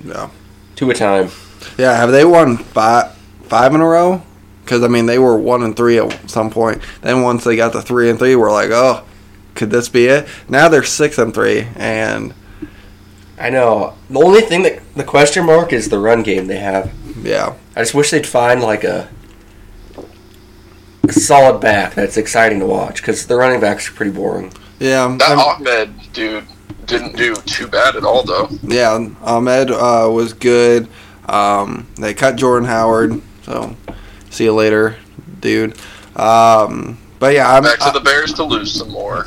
Speaker 1: Yeah.
Speaker 2: Two a time.
Speaker 1: Yeah. Have they won five five in a row? Because I mean, they were one and three at some point. Then once they got to three and three, we're like, oh, could this be it? Now they're six and three, and
Speaker 2: I know. The only thing that the question mark is the run game they have.
Speaker 1: yeah,
Speaker 2: I just wish they'd find like a, a solid back that's exciting to watch because the running backs are pretty boring.
Speaker 1: yeah,
Speaker 3: that
Speaker 1: I'm-
Speaker 3: Ahmed dude didn't do too bad at all though.
Speaker 1: yeah. Ahmed uh, was good. Um, they cut Jordan Howard, so see you later, dude. Um, but yeah, I'm,
Speaker 3: Back to the Bears to lose some more.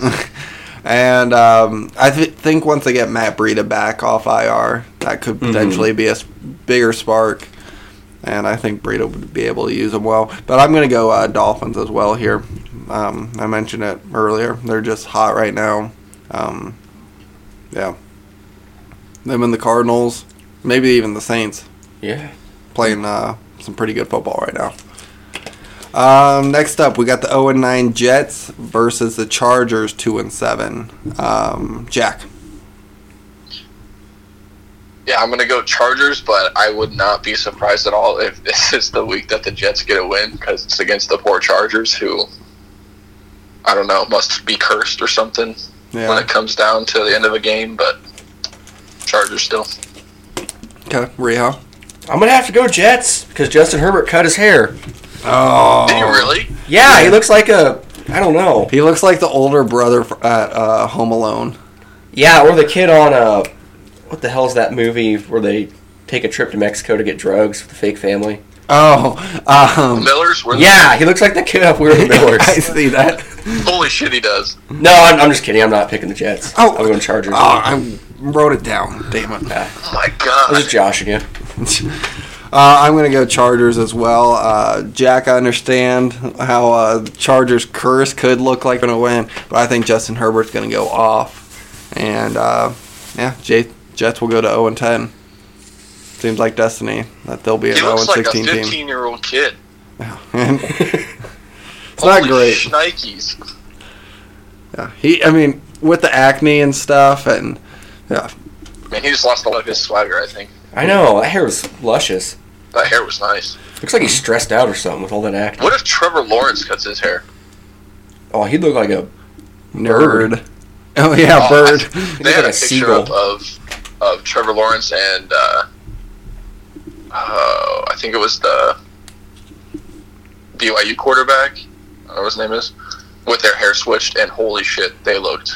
Speaker 1: And um, I th- think once they get Matt Breida back off IR, that could potentially be a s- bigger spark. And I think Breida would be able to use them well. But I'm going to go uh, Dolphins as well here. Um, I mentioned it earlier. They're just hot right now. Um, yeah. Them and the Cardinals, maybe even the Saints,
Speaker 2: Yeah.
Speaker 1: playing uh, some pretty good football right now. Um, next up, we got the 0 and 9 Jets versus the Chargers 2 and 7. Um, Jack.
Speaker 3: Yeah, I'm gonna go Chargers, but I would not be surprised at all if this is the week that the Jets get a win because it's against the poor Chargers, who I don't know must be cursed or something when
Speaker 1: Yeah.
Speaker 3: it comes down to the end of a game. But Chargers still.
Speaker 1: Okay. Reho.
Speaker 2: I'm gonna have to go Jets because Justin Herbert cut his hair.
Speaker 1: Oh,
Speaker 3: Did you really?
Speaker 2: Yeah, he looks like a I don't know.
Speaker 1: He looks like the older brother fr- at uh, Home Alone.
Speaker 2: Yeah, or the kid on uh, what the hell's that movie where they take a trip to Mexico to get drugs with the fake family?
Speaker 1: Oh, um,
Speaker 3: Millers? Were
Speaker 2: Yeah, he looks like the kid off Weird Al
Speaker 1: I
Speaker 2: Millers.
Speaker 1: see that.
Speaker 3: Holy shit, he does.
Speaker 2: no, I'm, I'm just kidding. I'm not picking the Jets.
Speaker 1: Oh.
Speaker 2: I'm going Chargers.
Speaker 1: Oh, I wrote it down. Damn it.
Speaker 3: Oh my
Speaker 2: This is
Speaker 3: god.
Speaker 2: Josh again.
Speaker 1: Uh, I'm going to go Chargers as well. Uh, Jack, I understand how uh, the Chargers curse could look like going to win, but I think Justin Herbert's going to go off. And uh, yeah, J- Jets will go to 0 and 10. Seems like destiny that they'll be an
Speaker 3: He
Speaker 1: 0 and
Speaker 3: looks like a
Speaker 1: 16 team.
Speaker 3: 15 year old kid.
Speaker 1: it's
Speaker 3: Holy
Speaker 1: not great.
Speaker 3: Shnikes.
Speaker 1: Yeah, he, I mean, with the acne and stuff, and yeah,
Speaker 3: Man, he just lost a lot of his swagger, I think.
Speaker 2: I know that hair was luscious.
Speaker 3: That hair was nice.
Speaker 2: Looks like he's stressed out or something with all that acting.
Speaker 3: What if Trevor Lawrence cuts his hair?
Speaker 2: Oh, he looked like a
Speaker 1: nerd.
Speaker 2: Bird.
Speaker 1: Oh yeah,
Speaker 3: Oh,
Speaker 1: bird.
Speaker 3: They
Speaker 2: He's
Speaker 3: had a
Speaker 2: like a
Speaker 3: picture
Speaker 2: seagull.
Speaker 3: up of of Trevor Lawrence and uh, oh, I think it was the BYU quarterback. I don't know what his name is. With their hair switched, and holy shit, they looked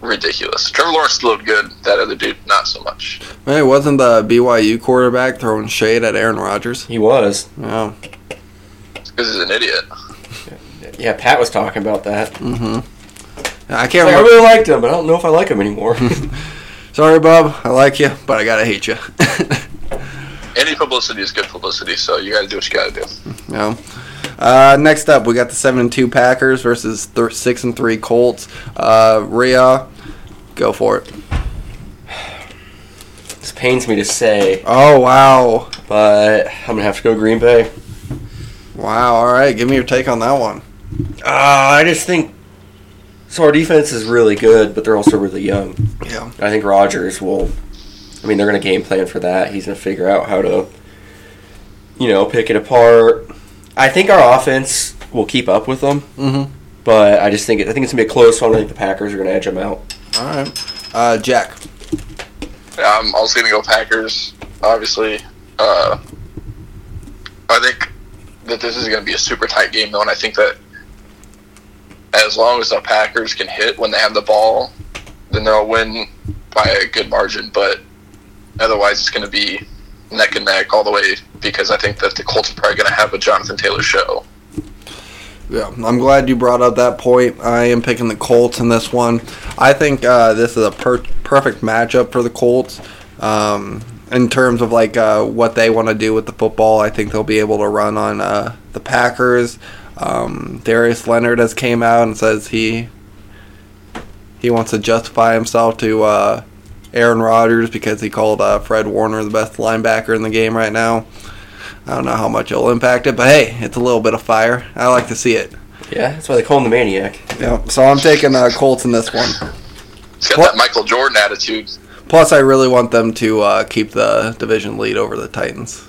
Speaker 3: ridiculous. Trevor Lawrence looked good. That other dude, not so much.
Speaker 1: Hey, wasn't the BYU quarterback throwing shade at Aaron Rodgers?
Speaker 2: he was.
Speaker 1: Yeah.
Speaker 3: Because he's an idiot.
Speaker 2: Yeah, Pat was talking about that.
Speaker 1: Mm-hmm. I
Speaker 2: He's
Speaker 1: can't
Speaker 2: like, I
Speaker 1: remember.
Speaker 2: really liked him, but I don't know if I like him anymore.
Speaker 1: Sorry, Bob. I like you, but I gotta hate you.
Speaker 3: Any publicity is good publicity, so you got to do what you got to do.
Speaker 1: no. Uh, next up, we got the seven and two Packers versus th- six and three Colts. Uh, Rhea, go for it.
Speaker 2: this pains me to say,
Speaker 1: Oh wow,
Speaker 2: but I'm gonna have to go Green Bay.
Speaker 1: wow. All right, give me your take on that one.
Speaker 2: Uh, I just think so. Our defense is really good, but they're also really young.
Speaker 1: Yeah.
Speaker 2: I think Rodgers will. I mean, they're going to game plan for that. He's going to figure out how to, you know, pick it apart. I think our offense will keep up with them,
Speaker 1: Mm-hmm.
Speaker 2: but I just think it, I think it's going to be a close one. I think the Packers are going to edge them out.
Speaker 1: All right. Uh, Jack.
Speaker 3: I'm also going to go Packers, obviously. Uh, I think that this is going to be a super tight game, though, and I think that as long as the Packers can hit when they have the ball, then they'll win by a good margin. But otherwise, it's going to be neck and neck all the way because I think that the Colts are probably going to have a Jonathan Taylor show.
Speaker 1: Yeah, I'm glad you brought up that point. I am picking the Colts in this one. I think uh, this is a per- perfect matchup for the Colts um, in terms of like uh, what they want to do with the football. I think they'll be able to run on uh, the Packers. Um, Darius Leonard has came out and says he he wants to justify himself to uh, Aaron Rodgers because he called uh, Fred Warner the best linebacker in the game right now. I don't know how much it'll impact it, but hey, it's a little bit of fire. I like to see it.
Speaker 2: Yeah, that's why they call him the Maniac.
Speaker 1: Yeah, so I'm taking uh, Colts in this one.
Speaker 3: It's got
Speaker 1: What-
Speaker 3: that Michael Jordan attitude.
Speaker 1: Plus, I really want them to uh, keep the division lead over the Titans.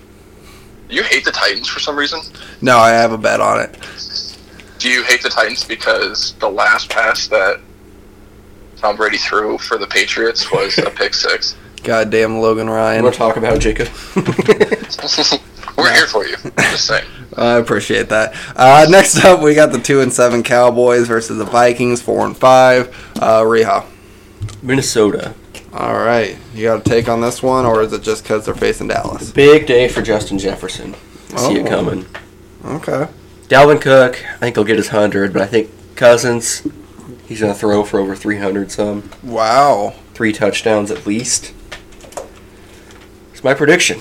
Speaker 3: You hate the Titans for some reason.
Speaker 1: No, I have a bet on it.
Speaker 3: Do you hate the Titans because the last pass that Tom Brady threw for the Patriots was a pick six?
Speaker 1: Goddamn Logan
Speaker 2: And
Speaker 1: Ryan.
Speaker 2: we'll talk about Jacob.
Speaker 3: We're here for you. Just saying.
Speaker 1: I appreciate that. Uh, next up, we got the two and seven Cowboys versus the Vikings, four and five. Uh, Reha.
Speaker 2: Minnesota.
Speaker 1: All right, you got a take on this one, or is it just because they're facing Dallas?
Speaker 2: Big day for Justin Jefferson. I See it
Speaker 1: Oh.
Speaker 2: coming.
Speaker 1: Okay.
Speaker 2: Dalvin Cook. I think he'll get his hundred, but I think Cousins. He's going to throw for over 300 some.
Speaker 1: Wow.
Speaker 2: three touchdowns at least. It's my prediction.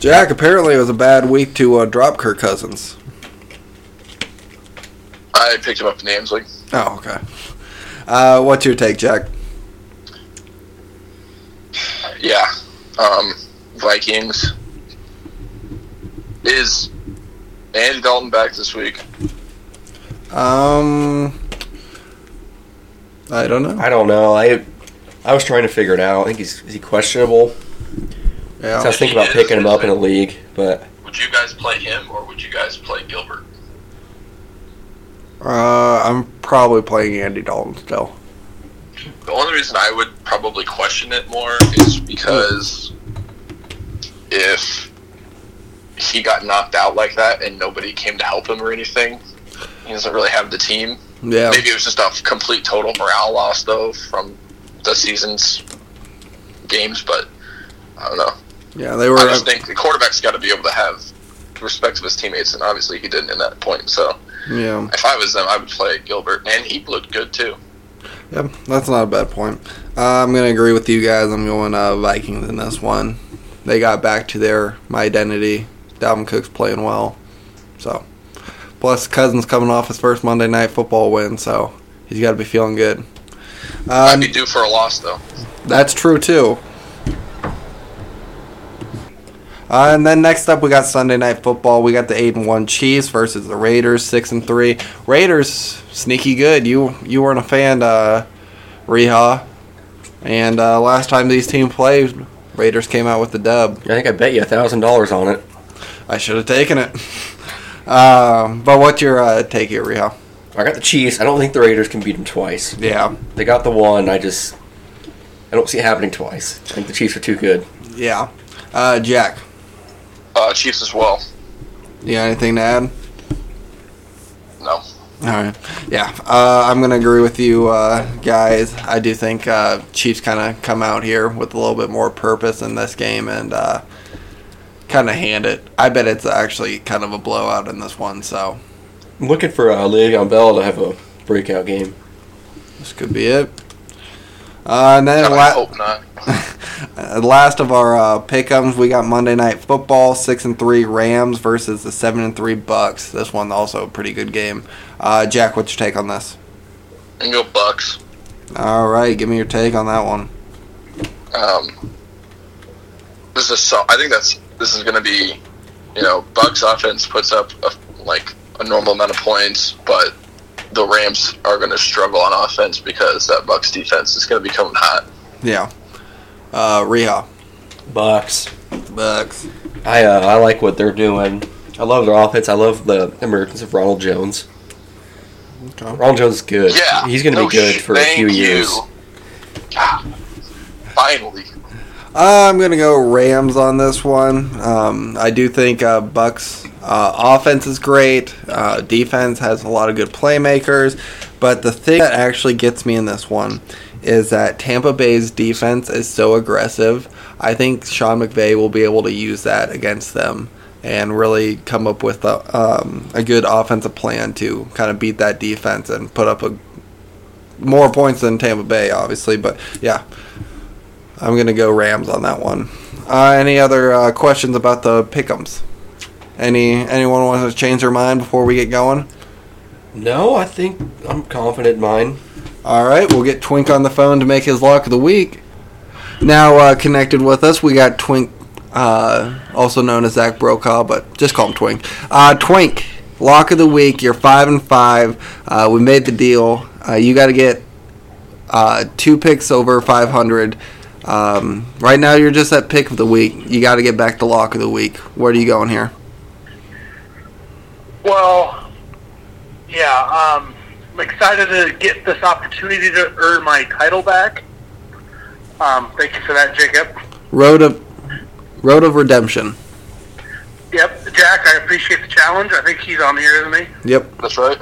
Speaker 1: Jack, apparently it was a bad week to uh, drop Kirk Cousins.
Speaker 3: I picked him up in the Ames League.
Speaker 1: Oh, okay. Uh, what's your take, Jack?
Speaker 3: Yeah. Um, Vikings. Is Andy Dalton back this week?
Speaker 1: Um, I don't know.
Speaker 2: I don't know. I I was trying to figure it out. I think he's is he questionable. So I
Speaker 1: Yeah.
Speaker 2: was thinking about picking him up in a league, but
Speaker 3: Would you guys play him or would you guys play Gilbert?
Speaker 1: Uh, I'm probably playing Andy Dalton still.
Speaker 3: The only reason I would probably question it more is because if he got knocked out like that and nobody came to help him or anything. He doesn't really have the team.
Speaker 1: Yeah.
Speaker 3: Maybe it was just a complete total morale loss though from the season's games, but I don't know.
Speaker 1: Yeah, they were.
Speaker 3: I just think the quarterback's got to be able to have respect of his teammates, and obviously he didn't in that point. So
Speaker 1: yeah.
Speaker 3: if I was them, I would play Gilbert, and he looked good too.
Speaker 1: Yep, that's not a bad point. Uh, I'm gonna agree with you guys. I'm going uh, Vikings in this one. They got back to their my identity. Dalvin Cook's playing well, so plus Cousins coming off his first Monday Night Football win, so he's got to be feeling good.
Speaker 3: I'd
Speaker 1: Uh,
Speaker 3: be due for a loss though.
Speaker 1: that's true too. Uh, and then next up, we got Sunday Night Football. We got the eight and one Chiefs versus the Raiders, six and three. Raiders sneaky good. You you weren't a fan, uh, Reha. And uh, last time these teams played, Raiders came out with the dub.
Speaker 2: I think I bet you a thousand dollars on it.
Speaker 1: I should have taken it. Um, but what's your uh, take here, Reha?
Speaker 2: I got the Chiefs. I don't think the Raiders can beat them twice.
Speaker 1: Yeah,
Speaker 2: They got the one. I just I don't see it happening twice. I think the Chiefs are too good.
Speaker 1: yeah. Uh, Jack,
Speaker 3: Uh, Chiefs as well.
Speaker 1: you got anything to add?
Speaker 3: No,
Speaker 1: All right. Yeah, uh, I'm gonna agree with you uh, guys. I do think uh, Chiefs kind of come out here with a little bit more purpose in this game and uh, kind of hand it. I bet it's actually kind of a blowout in this one. So
Speaker 2: I'm looking for uh, Le'Veon Bell to have a breakout game.
Speaker 1: this could be it. Uh, and then
Speaker 3: God, I
Speaker 1: la-
Speaker 3: hope not.
Speaker 1: Uh, last of our uh, pickums, we got Monday Night Football, six and three Rams versus the seven and three Bucks. This one also a pretty good game. Uh, Jack, what's your take on this?
Speaker 3: And go Bucks.
Speaker 1: All right, give me your take on that one.
Speaker 3: Um, this is so. I think that's this is going to be, you know, Bucks offense puts up a, like a normal amount of points, but the Rams are going to struggle on offense because that Bucks defense is going to be coming hot.
Speaker 1: Yeah. Uh, Reha.
Speaker 2: Bucks.
Speaker 1: Bucks.
Speaker 2: I uh, I like what they're doing. I love their offense. I love the emergence of Ronald Jones. Ronald Jones is good.
Speaker 3: Yeah,
Speaker 2: he's going to
Speaker 3: no
Speaker 2: be good
Speaker 3: sh-
Speaker 2: for a few
Speaker 3: thank you.
Speaker 2: years.
Speaker 3: God, finally,
Speaker 1: I'm gonna go Rams on this one. Um, I do think uh, Bucks uh, offense is great. Uh, defense has a lot of good playmakers, but the thing that actually gets me in this one is that Tampa Bay's defense is so aggressive. I think Sean McVay will be able to use that against them and really come up with a, um, a good offensive plan to kind of beat that defense and put up a more points than Tampa Bay, obviously. But yeah, I'm gonna go Rams on that one. Uh, any other uh, questions about the pickums? Any anyone wants to change their mind before we get going?
Speaker 2: No, I think I'm confident in mine.
Speaker 1: All right, we'll get Twink on the phone to make his lock of the week. Now uh, connected with us, we got Twink, uh, also known as Zach Brokaw, but just call him Twink. Uh, Twink, lock of the week. You're five and five. Uh, we made the deal. Uh, you got to get uh, two picks over 500. Um, right now, you're just at pick of the week. You got to get back to lock of the week. Where are you going here?
Speaker 4: Well, yeah, um, I'm excited to get this opportunity to earn my title back. Um, thank you for that, Jacob.
Speaker 1: Road of Road of Redemption.
Speaker 4: Yep, Jack, I appreciate the challenge. I think he's on here, isn't he?
Speaker 1: Yep.
Speaker 3: that's right.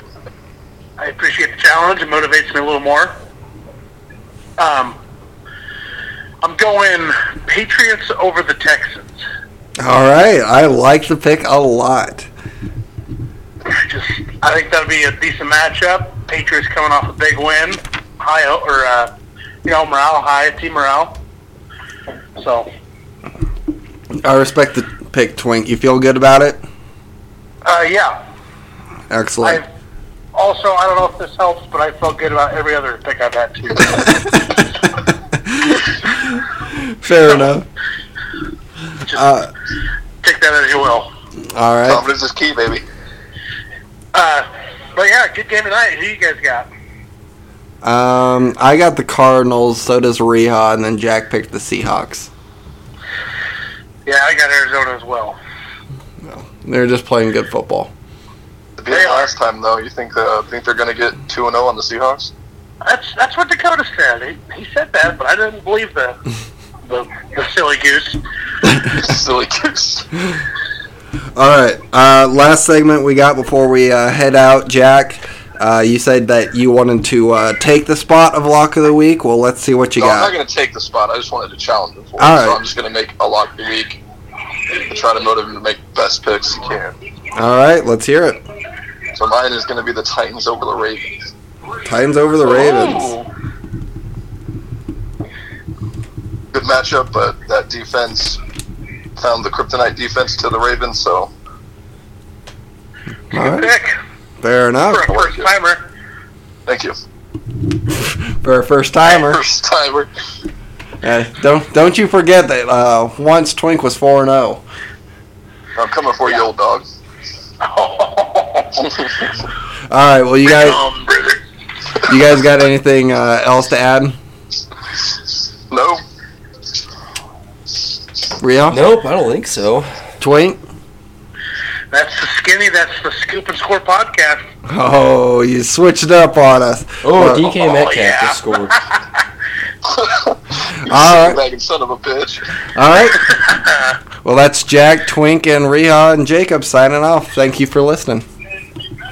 Speaker 4: I appreciate the challenge. It motivates me a little more. Um, I'm going Patriots over the Texans.
Speaker 1: All right. I like the pick a lot.
Speaker 4: I just, I think that'll be a decent matchup. Patriots coming off a big win, high or uh, you know morale high, team morale. So
Speaker 1: I respect the pick, Twink. You feel good about it?
Speaker 4: Uh, yeah.
Speaker 1: Excellent.
Speaker 4: I also I don't know if this helps, but I felt good about every other pick I've had too.
Speaker 1: Fair enough.
Speaker 4: Just
Speaker 1: Uh,
Speaker 4: take that as you will.
Speaker 1: all right.
Speaker 3: Confidence is key, baby.
Speaker 4: Uh, but yeah, good game tonight. Who you guys got?
Speaker 1: Um, I got the Cardinals. So does Reha, and then Jack picked the Seahawks.
Speaker 4: Yeah, I got Arizona as well.
Speaker 1: They're just playing good football.
Speaker 3: To be the last time though, you think uh, think they're going to get two and zero on the Seahawks?
Speaker 4: That's that's what Dakota said. He, he said that, but I didn't believe the the, the silly goose.
Speaker 3: Silly goose.
Speaker 1: All right. Uh, last segment we got before we uh, head out, Jack. Uh, you said that you wanted to uh, take the spot of lock of the week. Well, let's see what you
Speaker 3: No, I'm not
Speaker 1: got.
Speaker 3: going to take the spot. I just wanted to challenge him for it.
Speaker 1: All
Speaker 3: So
Speaker 1: right.
Speaker 3: I'm just going to make a lock of the week and try to motivate him to make the best picks he can.
Speaker 1: All right, let's hear it.
Speaker 3: So mine is going to be the Titans over the Ravens.
Speaker 1: Titans over the Ravens.
Speaker 4: Ooh.
Speaker 3: Good matchup, but that defense found the kryptonite defense to the Ravens, so
Speaker 1: All right,
Speaker 4: Pick
Speaker 1: fair enough.
Speaker 4: for a first timer.
Speaker 3: thank you.
Speaker 1: For a first timer.
Speaker 3: First timer.
Speaker 1: Uh, don't don't you forget that uh, once Twink was four and oh. zero.
Speaker 3: I'm coming for you, old dog.
Speaker 1: All right. Well, you guys
Speaker 4: Um, brother.
Speaker 1: you guys got anything uh, else to add,
Speaker 3: no?
Speaker 1: Rio?
Speaker 2: Nope, I don't think so.
Speaker 1: Twink?
Speaker 4: That's the skinny. That's the scoop and score podcast.
Speaker 1: Oh, you switched up on us.
Speaker 2: Oh,
Speaker 1: Uh,
Speaker 2: DK
Speaker 4: oh,
Speaker 2: Metcalf
Speaker 4: yeah.
Speaker 2: just scored.
Speaker 1: All right.
Speaker 3: Bagging son of a bitch.
Speaker 1: All right. Well, that's Jack, Twink, and Reha and Jacob signing off. Thank you for listening.